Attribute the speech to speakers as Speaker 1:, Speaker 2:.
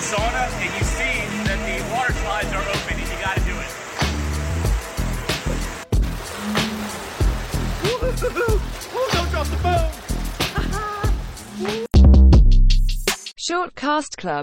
Speaker 1: sauna and you see that the water slides are open and you got to do it.
Speaker 2: Short Cast Club.